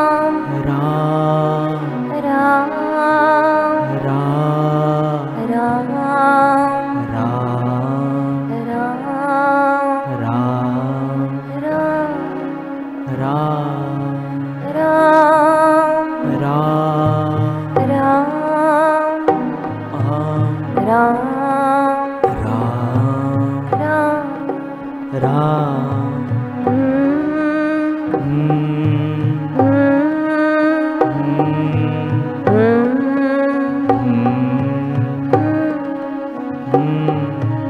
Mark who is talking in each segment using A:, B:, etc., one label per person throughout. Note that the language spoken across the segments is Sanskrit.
A: राम
B: राम
A: राम
B: राम
A: राम
B: राम
A: राम
B: राम
A: राम
B: राम
A: राम
B: राम
A: राम
B: आम
A: राम
B: राम
A: राम
B: राम
A: Mm,
B: हम्म,
A: mm,
B: हम्म,
A: mm,
B: हम्म,
A: mm.
B: हम्म।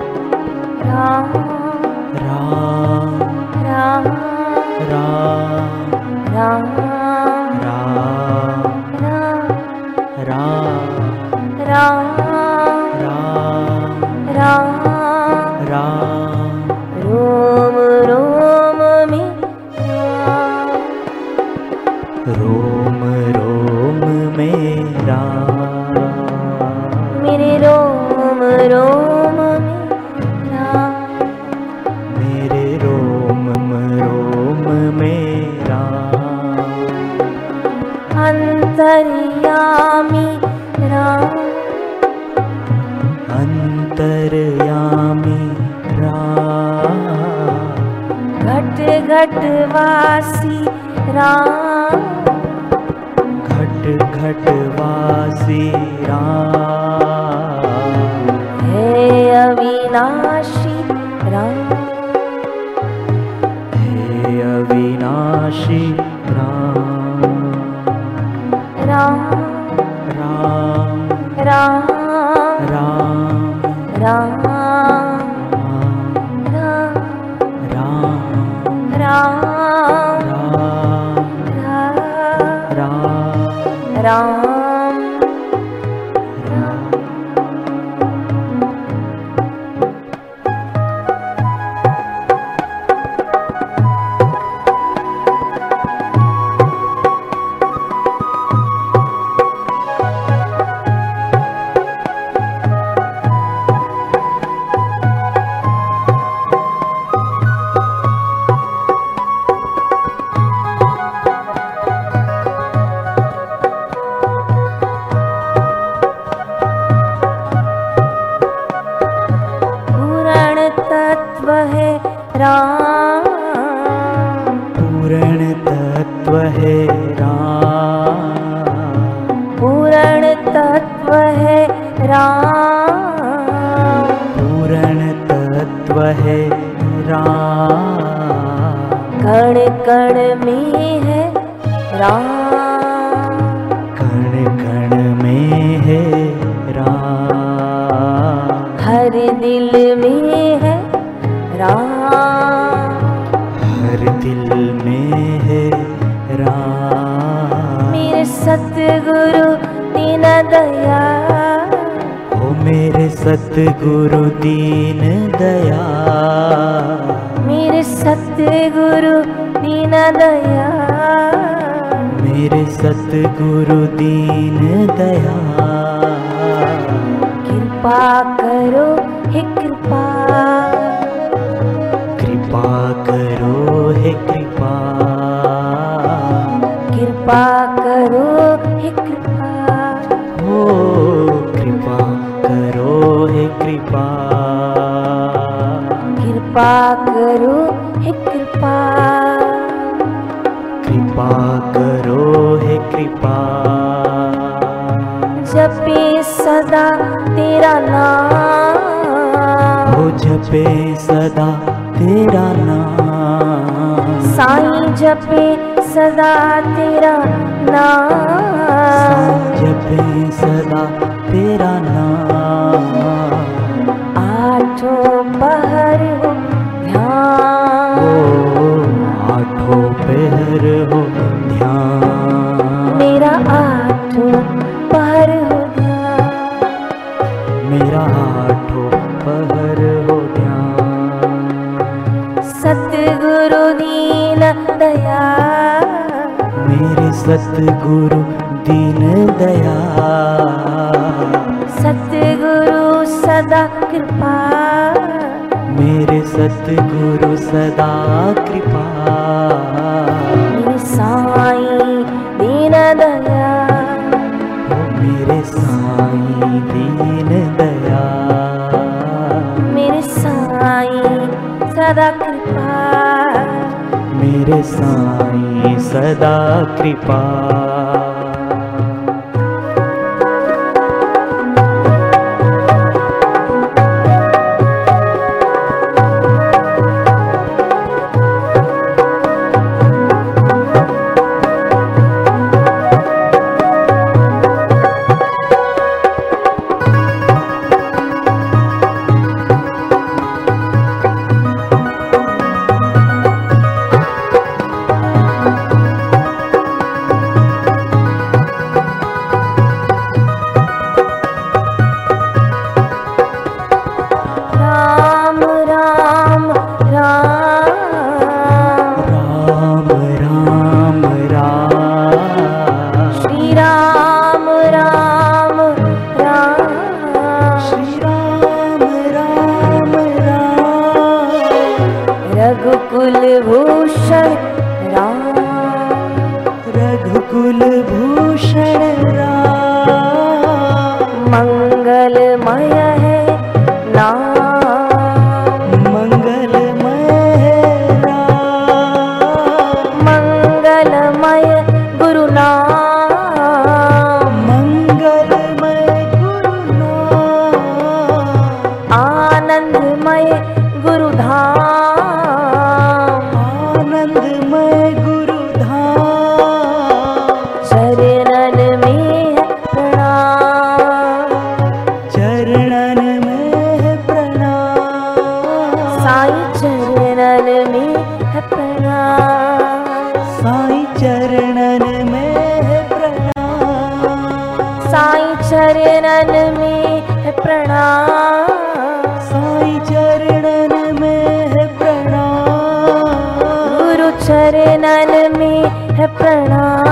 A: राम
B: राम
A: राम
B: राम
A: राम
B: राम
A: राम
B: राम
A: राम
B: राम
A: राम
B: राम
A: रोम रोम मे राम
B: रोम रोम में राम
A: मेरे रोम रोम में राम
B: मेरे रोम रोम में राम
A: अंतर्यामी राम
B: अंतर्यामी राम
A: घट घट वासी राम
B: घट घट वासी राम
A: है अविनाशी राम
B: हे अविनाशी राम
A: राम
B: राम
A: राम
B: राम
A: राम
B: राम
A: राम
B: राम
A: राम
B: राम
A: राम
B: राम
A: राम पूरण तत्व है राम
B: पूर्ण तत्व है राम
A: पूरण तत्व है राम
B: पूर्ण तत्व है राम
A: कण कण में है राम
B: कण कण में है राम
A: हर दिल में है राम
B: हर दिल में है राम
A: मेरे सतगुरु दीन दया
B: ओ मेरे सतगुरु दीन दया
A: मेरे सतगुरु दीन दया
B: मेरे सतगुरु दीन दया
A: कृपा करो हे कृपा
B: कृपा करो हे कृपा
A: कृपा करो हे कृपा
B: ओ कृपा करो हे कृपा
A: कृपा करो हे कृपा
B: कृपा करो हे कृपा
A: जपे सदा तेरा नाम
B: हो जपे सदा तेरा नाम
A: साईं जपे सदा तेरा नाम
B: जपे सदा तेरा नाम
A: आठ आठों पहर हो
B: ओ
A: ध्यान
B: आठों पहर हो ध्यान
A: मेरा आठों पहर हो ध्यान
B: मेरा आठों पहर हो ध्यान
A: सतगुरु दीन दया
B: मेरे सतगुरु दीन दया
A: सतगुरु सदा कृपा
B: मेरे सतगुरु सदा कृपा
A: मेरे साईं दीन दया
B: ओ मेरे साईं दीन दया
A: मेरे साईं सदा कृपा
B: मेरे साईं सदा कृपा
A: राम राम राम
B: राम राम राम
A: श्री राम राम राम
B: श्री राम राम राम
A: रघुकुल भूषण राम
B: रघुकुल भूषण राम
A: मंगलमय है नाम
B: मंगलमय है राम
A: मंगलमय गुरु नाम
B: मंगलमय गुरु नाम
A: आनंदमय गुरु धाम
B: आनंदमय गुरु धाम
A: चरणन में है प्रणाम
B: चरणन में है प्रणाम
A: साईं चरणन में है प्रणाम
B: साईं चरणन में है प्रणाम
A: साईं चरणन में है प्रणाम
B: साईं चरणन में है प्रणाम
A: गुरु चरणन में है प्रणाम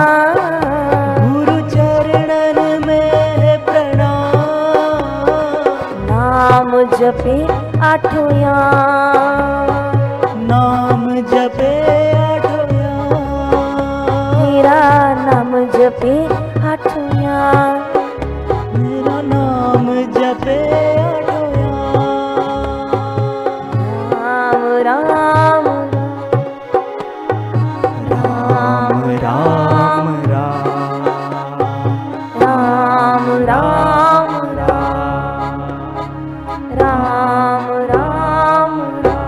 B: गुरु चरणन में है प्रणाम
A: नाम जपे आठों याम
B: नाम जपे आठव्या
A: मेरा नाम जपे आठों याम
B: मेरा नाम जपे आठव्या
A: राम राम
B: राम राम राम
A: राम राम राम राम राम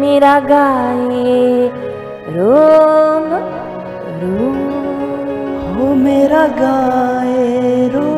A: मेरा गाए रोम रोम
B: हो मेरा गाए रो